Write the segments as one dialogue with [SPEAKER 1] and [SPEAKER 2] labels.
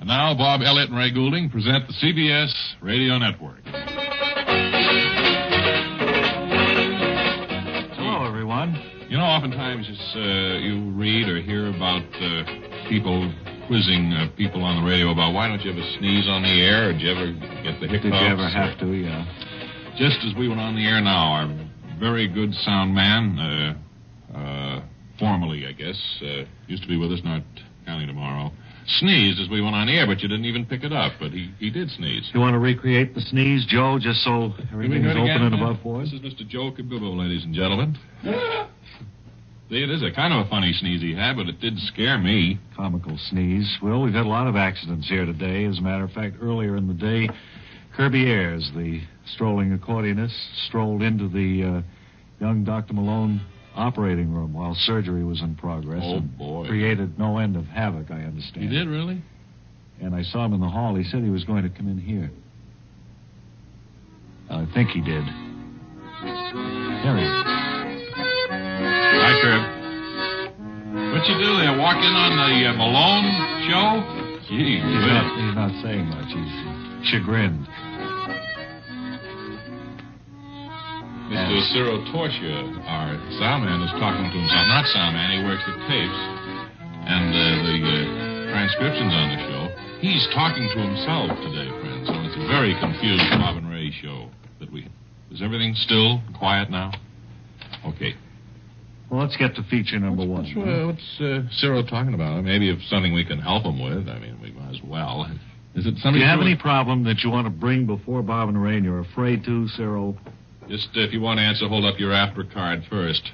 [SPEAKER 1] And now, Bob Elliott and Ray Goulding present the CBS Radio Network.
[SPEAKER 2] Hello, everyone.
[SPEAKER 1] You know, oftentimes it's, uh, you read or hear about uh, people quizzing uh, people on the radio about why don't you ever sneeze on the air or did you ever get the hiccups?
[SPEAKER 2] Did you ever
[SPEAKER 1] or-
[SPEAKER 2] have to? uh, Yeah.
[SPEAKER 1] Just as we went on the air now, our very good sound man, uh, uh, formerly, I guess, uh, used to be with us, not counting tomorrow, sneezed as we went on the air, but you didn't even pick it up, but he, he did sneeze.
[SPEAKER 2] You want to recreate the sneeze, Joe, just so
[SPEAKER 1] Can we
[SPEAKER 2] everything's
[SPEAKER 1] hear it
[SPEAKER 2] open
[SPEAKER 1] again?
[SPEAKER 2] and above board?
[SPEAKER 1] This is Mr. Joe Kabubo, ladies and gentlemen. See, it is a kind of a funny sneeze he had, but it did scare me.
[SPEAKER 2] Comical sneeze. Well, we've had a lot of accidents here today. As a matter of fact, earlier in the day, Kirby Ayers, the strolling accordionist, strolled into the uh, young Dr. Malone operating room while surgery was in progress
[SPEAKER 1] Oh,
[SPEAKER 2] and
[SPEAKER 1] boy.
[SPEAKER 2] created no end of havoc, I understand.
[SPEAKER 1] He did, really?
[SPEAKER 2] And I saw him in the hall. He said he was going to come in here. I think he did. There he is.
[SPEAKER 1] Hi, Kirk. What you do there? Walk in on the uh, Malone show? Gee,
[SPEAKER 2] He's
[SPEAKER 1] whiz.
[SPEAKER 2] not, he's not saying much. He's chagrined.
[SPEAKER 1] Mr. Cyril Torsia, our sound man, is talking to himself. Not sound man, he works the tapes and uh, the uh, transcriptions on the show. He's talking to himself today, friends, so it's a very confused Bob and Ray show that we Is everything still quiet now? Okay.
[SPEAKER 2] Well, let's get to feature number one.
[SPEAKER 1] What's, uh, what's uh, Cyril talking about? Maybe if something we can help him with, I mean, we might as well. Is it
[SPEAKER 2] Do
[SPEAKER 1] something
[SPEAKER 2] you have any problem that you want to bring before Bob and Ray and you're afraid to, Cyril?
[SPEAKER 1] Just uh, if you want to answer, hold up your after card first.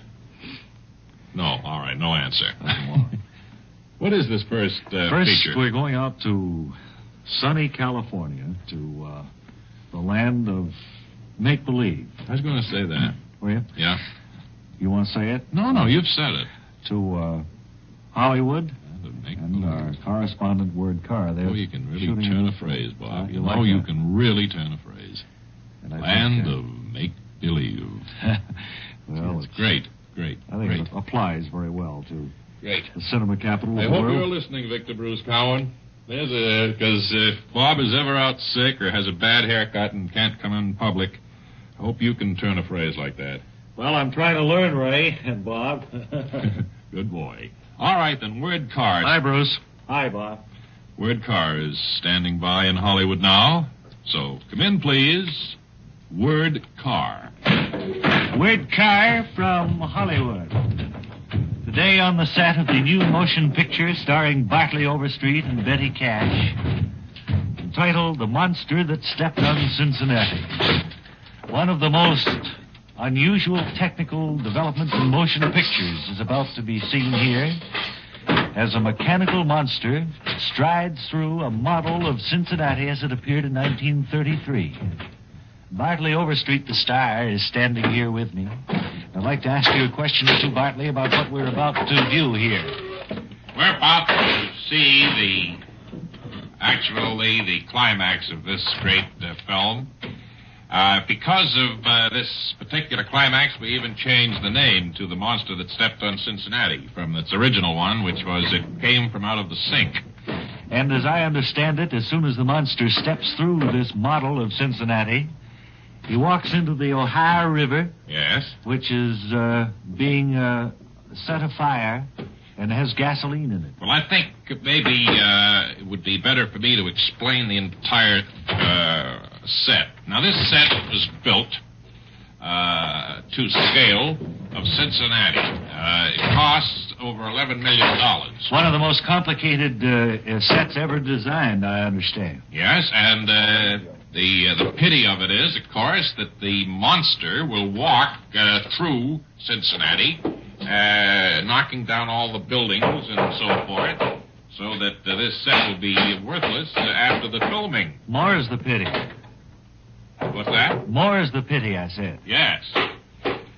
[SPEAKER 1] No, all right, no answer. what is this first, uh,
[SPEAKER 2] First,
[SPEAKER 1] feature?
[SPEAKER 2] we're going out to sunny California, to uh, the land of make believe.
[SPEAKER 1] I was going to say that.
[SPEAKER 2] Will you?
[SPEAKER 1] Yeah.
[SPEAKER 2] You want to say it?
[SPEAKER 1] No, no, you've said it.
[SPEAKER 2] To uh, Hollywood
[SPEAKER 1] The make-
[SPEAKER 2] and our correspondent word car there.
[SPEAKER 1] Oh, you can really
[SPEAKER 2] shooting-
[SPEAKER 1] turn a phrase, Bob.
[SPEAKER 2] Uh,
[SPEAKER 1] you
[SPEAKER 2] you
[SPEAKER 1] know
[SPEAKER 2] like
[SPEAKER 1] you
[SPEAKER 2] that.
[SPEAKER 1] can really turn a phrase.
[SPEAKER 2] And I think,
[SPEAKER 1] Land
[SPEAKER 2] uh,
[SPEAKER 1] of make believe.
[SPEAKER 2] well,
[SPEAKER 1] it's
[SPEAKER 2] it's-
[SPEAKER 1] great, great,
[SPEAKER 2] I think
[SPEAKER 1] great,
[SPEAKER 2] it applies very well to
[SPEAKER 1] great.
[SPEAKER 2] the cinema capital
[SPEAKER 1] I
[SPEAKER 2] of the
[SPEAKER 1] hope you're
[SPEAKER 2] world.
[SPEAKER 1] listening, Victor Bruce Cowan. There's a because if Bob is ever out sick or has a bad haircut and can't come in public, I hope you can turn a phrase like that.
[SPEAKER 2] Well, I'm trying to learn, Ray and Bob.
[SPEAKER 1] Good boy. All right then. Word car.
[SPEAKER 2] Hi, Bruce. Hi, Bob.
[SPEAKER 1] Word car is standing by in Hollywood now. So come in, please. Word car.
[SPEAKER 2] Weird Carr from Hollywood. Today on the set of the new motion picture starring Bartley Overstreet and Betty Cash, entitled The Monster That Stepped on Cincinnati. One of the most unusual technical developments in motion pictures is about to be seen here as a mechanical monster strides through a model of Cincinnati as it appeared in 1933. Bartley Overstreet, the star, is standing here with me. I'd like to ask you a question or two, Bartley, about what we're about to view here.
[SPEAKER 1] We're about to see the actually the climax of this great uh, film. Uh, because of uh, this particular climax, we even changed the name to the monster that stepped on Cincinnati from its original one, which was it came from out of the sink.
[SPEAKER 2] And as I understand it, as soon as the monster steps through this model of Cincinnati, he walks into the Ohio River,
[SPEAKER 1] Yes.
[SPEAKER 2] which is uh, being uh, set afire and has gasoline in it.
[SPEAKER 1] Well, I think maybe uh, it would be better for me to explain the entire uh, set. Now, this set was built uh, to scale of Cincinnati. Uh, it cost over $11 million.
[SPEAKER 2] It's one of the most complicated uh, uh, sets ever designed, I understand.
[SPEAKER 1] Yes, and uh, the uh, the pity of it is, of course, that the monster will walk uh, through Cincinnati, uh, knocking down all the buildings and so forth, so that uh, this set will be worthless uh, after the filming.
[SPEAKER 2] More is the pity.
[SPEAKER 1] What's that?
[SPEAKER 2] More is the pity, I said.
[SPEAKER 1] Yes.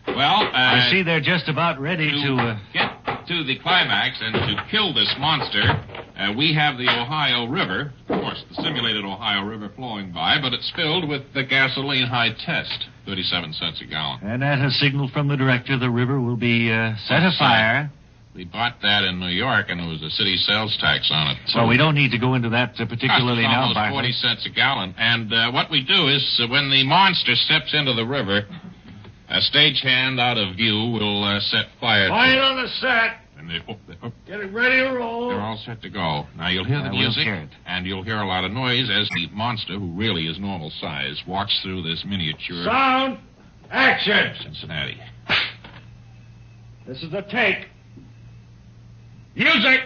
[SPEAKER 1] Well, uh,
[SPEAKER 2] I see they're just about ready to. Uh,
[SPEAKER 1] get to the climax and to kill this monster, uh, we have the Ohio River, of course, the simulated Ohio River flowing by, but it's filled with the gasoline high test, 37 cents a gallon.
[SPEAKER 2] And at a signal from the director, the river will be uh, set afire
[SPEAKER 1] We bought that in New York, and there was a city sales tax on it.
[SPEAKER 2] Well, we don't need to go into that uh, particularly
[SPEAKER 1] Costs
[SPEAKER 2] now,
[SPEAKER 1] almost
[SPEAKER 2] Bartley.
[SPEAKER 1] forty cents a gallon. And uh, what we do is, uh, when the monster steps into the river, a stagehand out of view will uh, set fire. to
[SPEAKER 3] Line
[SPEAKER 1] it.
[SPEAKER 3] on the set.
[SPEAKER 1] And they, oh, they- oh,
[SPEAKER 3] Get it ready to roll.
[SPEAKER 1] they're all set to go. Now you'll hear the
[SPEAKER 2] I will
[SPEAKER 1] music,
[SPEAKER 2] hear it.
[SPEAKER 1] and you'll hear a lot of noise as the monster, who really is normal size, walks through this miniature
[SPEAKER 3] Sound. Action.
[SPEAKER 1] Cincinnati.
[SPEAKER 3] This is the take. Music.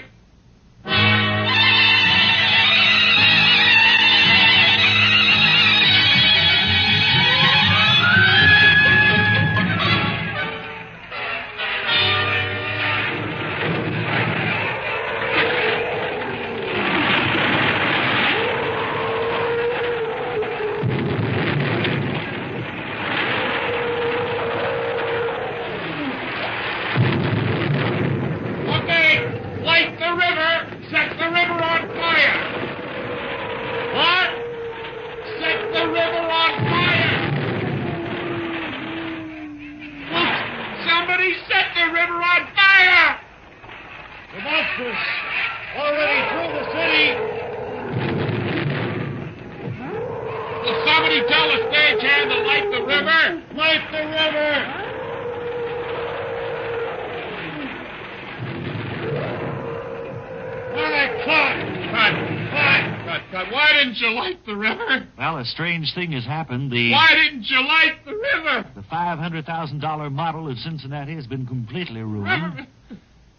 [SPEAKER 3] Okay. Light the river. Set the river on fire. What? Set the river on fire. Look, Somebody set the river on fire. The monster's already through the city. Will somebody tell the stagehand to light the river? Light the river. All right, cut. Cut. Cut. Cut. Cut. Why didn't you light the river?
[SPEAKER 2] Well, a strange thing has happened. The
[SPEAKER 3] Why didn't you light the river?
[SPEAKER 2] the five hundred thousand dollar model of Cincinnati has been completely ruined.
[SPEAKER 3] River.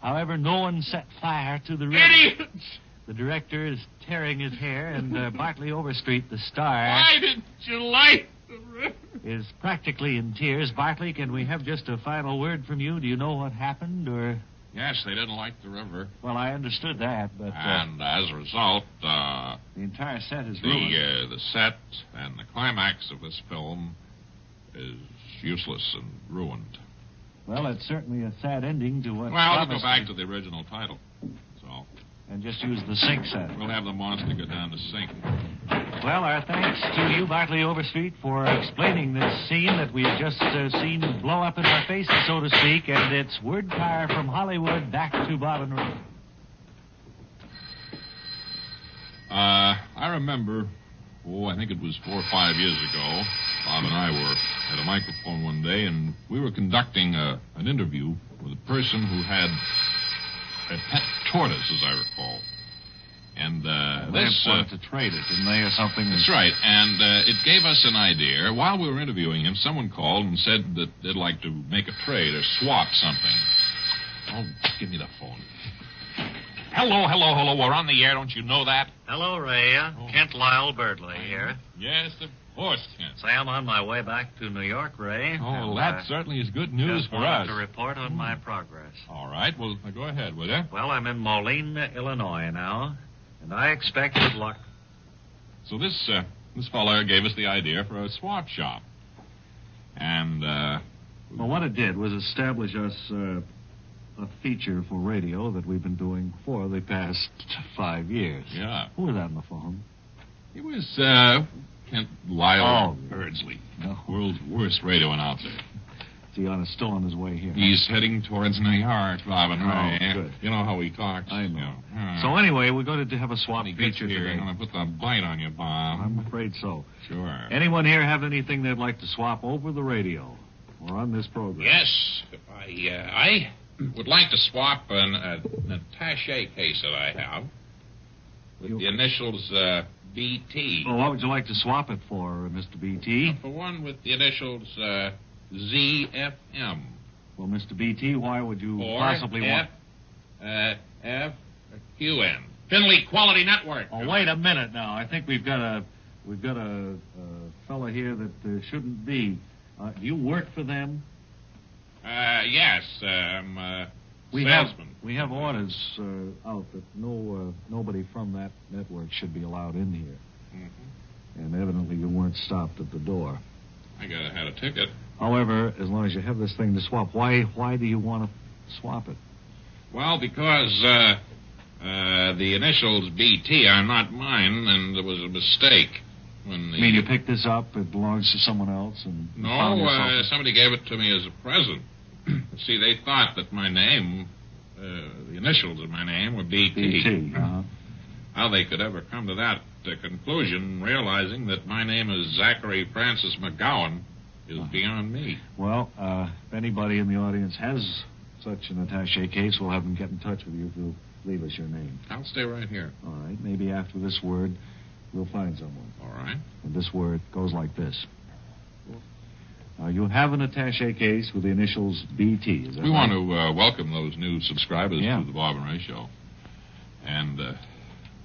[SPEAKER 2] However, no one set fire to the river.
[SPEAKER 3] Idiots.
[SPEAKER 2] The director is tearing his hair, and uh, Bartley Overstreet, the star,
[SPEAKER 3] Why didn't you light the river?
[SPEAKER 2] is practically in tears. Bartley, can we have just a final word from you? Do you know what happened, or
[SPEAKER 1] Yes, they didn't like the river,
[SPEAKER 2] well, I understood that, but uh,
[SPEAKER 1] and as a result, uh,
[SPEAKER 2] the entire set is
[SPEAKER 1] the
[SPEAKER 2] ruined.
[SPEAKER 1] uh, the set and the climax of this film is useless and ruined.
[SPEAKER 2] Well, it's certainly a sad ending to
[SPEAKER 1] Well,
[SPEAKER 2] what. promised
[SPEAKER 1] let's go back to the original title. So
[SPEAKER 2] and just use the sink set.
[SPEAKER 1] we'll have the monster go down the sink.
[SPEAKER 2] Well, our thanks to you, Bartley Overstreet, for explaining this scene that we have just uh, seen blow up in our faces, so to speak, and it's word power from Hollywood back to Bob and Ray.
[SPEAKER 1] Uh, I remember, oh, I think it was four or five years ago, Bob and I were at a microphone one day, and we were conducting a, an interview with a person who had a pet tortoise, as I recall. And uh, this. uh,
[SPEAKER 2] to trade it, didn't they, or something?
[SPEAKER 1] That's right. And uh, it gave us an idea. While we were interviewing him, someone called and said that they'd like to make a trade or swap something. Oh, give me the phone. Hello, hello, hello. We're on the air. Don't you know that?
[SPEAKER 4] Hello, Ray.
[SPEAKER 2] Oh.
[SPEAKER 4] Kent Lyle Birdley here.
[SPEAKER 1] Yes, of course, Kent.
[SPEAKER 4] Say, I'm on my way back to New York, Ray.
[SPEAKER 1] Oh,
[SPEAKER 4] and,
[SPEAKER 1] that
[SPEAKER 4] uh,
[SPEAKER 1] certainly is good news
[SPEAKER 4] just
[SPEAKER 1] for
[SPEAKER 4] wanted
[SPEAKER 1] us.
[SPEAKER 4] to report on my progress.
[SPEAKER 1] All right. Well, now go ahead, will you?
[SPEAKER 4] Well, I'm in Moline, Illinois now, and I expect good luck.
[SPEAKER 1] So this uh, this fellow gave us the idea for a swap shop, and uh,
[SPEAKER 2] Well, what it did was establish us uh, a feature for radio that we've been doing for the past five years.
[SPEAKER 1] yeah,
[SPEAKER 2] Who was that on the phone?
[SPEAKER 1] it was uh, Kent Lyle
[SPEAKER 2] Oh.
[SPEAKER 1] Birdsley,
[SPEAKER 2] No.
[SPEAKER 1] world's worst radio announcer.
[SPEAKER 2] See, on is still on his way here.
[SPEAKER 1] He's heading towards New York, Robin.
[SPEAKER 2] Oh,
[SPEAKER 1] Ray.
[SPEAKER 2] good.
[SPEAKER 1] You know how he talks.
[SPEAKER 2] I know.
[SPEAKER 1] You Yeah.
[SPEAKER 2] So anyway, we're going to have a
[SPEAKER 1] when
[SPEAKER 2] swap
[SPEAKER 1] he gets
[SPEAKER 2] feature
[SPEAKER 1] here, I'm
[SPEAKER 2] today.
[SPEAKER 1] gonna put the bite on you, Bob.
[SPEAKER 2] I'm afraid so.
[SPEAKER 1] Sure.
[SPEAKER 2] Anyone here have anything they'd like to swap over the radio or on this program?
[SPEAKER 1] Yes, I uh, I would like to swap an, uh, an attaché case that I have with
[SPEAKER 2] You- Oh.
[SPEAKER 1] the initials uh, BT
[SPEAKER 2] Well, what would you like to swap it for, Mr. BT?
[SPEAKER 1] for one with the initials uh, ZFM
[SPEAKER 2] Well, Mr. BT, why would you
[SPEAKER 1] or
[SPEAKER 2] possibly want?
[SPEAKER 1] F, uh, FQN Finley Quality Network.
[SPEAKER 2] Oh, wait a minute now. I think we've got a we've got a, a fella here that uh, shouldn't be. Uh, do you work for them?
[SPEAKER 1] Uh, yes, uh, I'm a
[SPEAKER 2] We
[SPEAKER 1] salesman.
[SPEAKER 2] have we have orders uh, out that no uh, nobody from that network should be allowed in here.
[SPEAKER 1] Mhm.
[SPEAKER 2] And evidently, you weren't stopped at the door.
[SPEAKER 1] I got had a ticket.
[SPEAKER 2] However, as long as you have this thing to swap, why why do you want to swap it?
[SPEAKER 1] Well, because uh, uh, the initials BT are not mine, and there was a mistake when the.
[SPEAKER 2] I mean, you picked this up; it belongs to someone else, and you
[SPEAKER 1] no,
[SPEAKER 2] found yourself-
[SPEAKER 1] uh, somebody gave it to me as a present. See, they thought that my name uh, the initials of my name were BT.
[SPEAKER 2] BT. Uh-huh.
[SPEAKER 1] How they could ever come to that uh, conclusion, realizing that my name is Zachary Francis McGowan, is
[SPEAKER 2] Uh-huh.
[SPEAKER 1] beyond me.
[SPEAKER 2] Well, uh, if anybody in the audience has such an attache case, we'll have them get in touch with you if you'll leave us your name.
[SPEAKER 1] I'll stay right here.
[SPEAKER 2] All right. Maybe after this word, we'll find someone.
[SPEAKER 1] All right.
[SPEAKER 2] And this word goes like this. Now, you have an attache case with the initials BT. Is that
[SPEAKER 1] We
[SPEAKER 2] right?
[SPEAKER 1] want to uh, welcome those new subscribers
[SPEAKER 2] Yeah.
[SPEAKER 1] to the Bob and Ray Show. And, uh,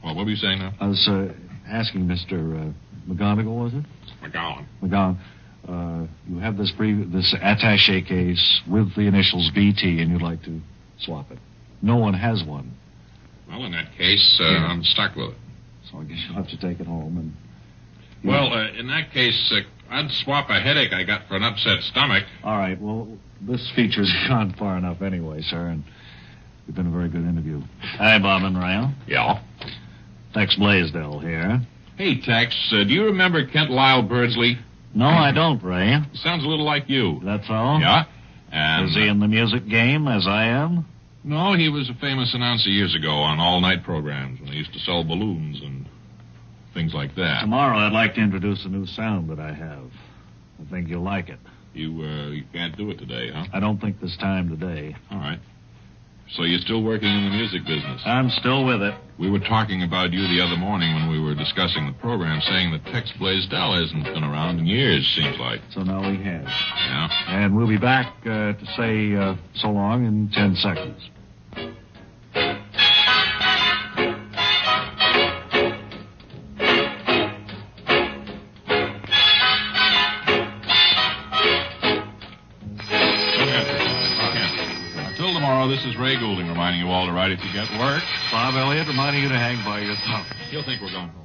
[SPEAKER 1] well, what were you saying now?
[SPEAKER 2] I was uh, asking Mr. Uh, McGonigal, was it?
[SPEAKER 1] McGowan.
[SPEAKER 2] McGon, uh, you have this brief, this attache case with the initials BT, and you'd like to swap it. No one has one,
[SPEAKER 1] Well, in that case, uh,
[SPEAKER 2] Yeah.
[SPEAKER 1] I'm stuck with it.
[SPEAKER 2] so I guess you'll have to take it home. And Yeah.
[SPEAKER 1] Well, uh, in that case, uh, I'd swap a headache I got for an upset stomach.
[SPEAKER 2] all right, well, this feature's gone far enough anyway, sir, and you've been a very good interview. Hi, Bob and Ryle.
[SPEAKER 1] Yeah.
[SPEAKER 2] Tex Blaisdell here.
[SPEAKER 1] Hey, Tex, uh, do you remember Kent Lyle Birdsley?
[SPEAKER 2] No, I don't, Ray.
[SPEAKER 1] Sounds a little like you.
[SPEAKER 2] That's all.
[SPEAKER 1] Yeah. And, uh,
[SPEAKER 2] Is he in the music game as I am?
[SPEAKER 1] No, he was a famous announcer years ago on all-night programs when they used to sell balloons and things like that.
[SPEAKER 2] Tomorrow, I'd like to introduce a new sound that I have. I think you'll like it.
[SPEAKER 1] You uh, you can't do it today, huh?
[SPEAKER 2] I don't think this time today.
[SPEAKER 1] All right. So you're still working in the music business.
[SPEAKER 2] I'm still with it.
[SPEAKER 1] We were talking about you the other morning when we were discussing the program, saying that Tex Blaisdell hasn't been around in years, seems like.
[SPEAKER 2] So now we have.
[SPEAKER 1] Yeah.
[SPEAKER 2] And we'll be back uh, to say uh, so long in 10 seconds.
[SPEAKER 1] Until tomorrow, this is Ray Goulding reminding you all to write if you get work.
[SPEAKER 2] Bob Elliott reminding you to hang by your thumb.
[SPEAKER 1] He'll think we're going home.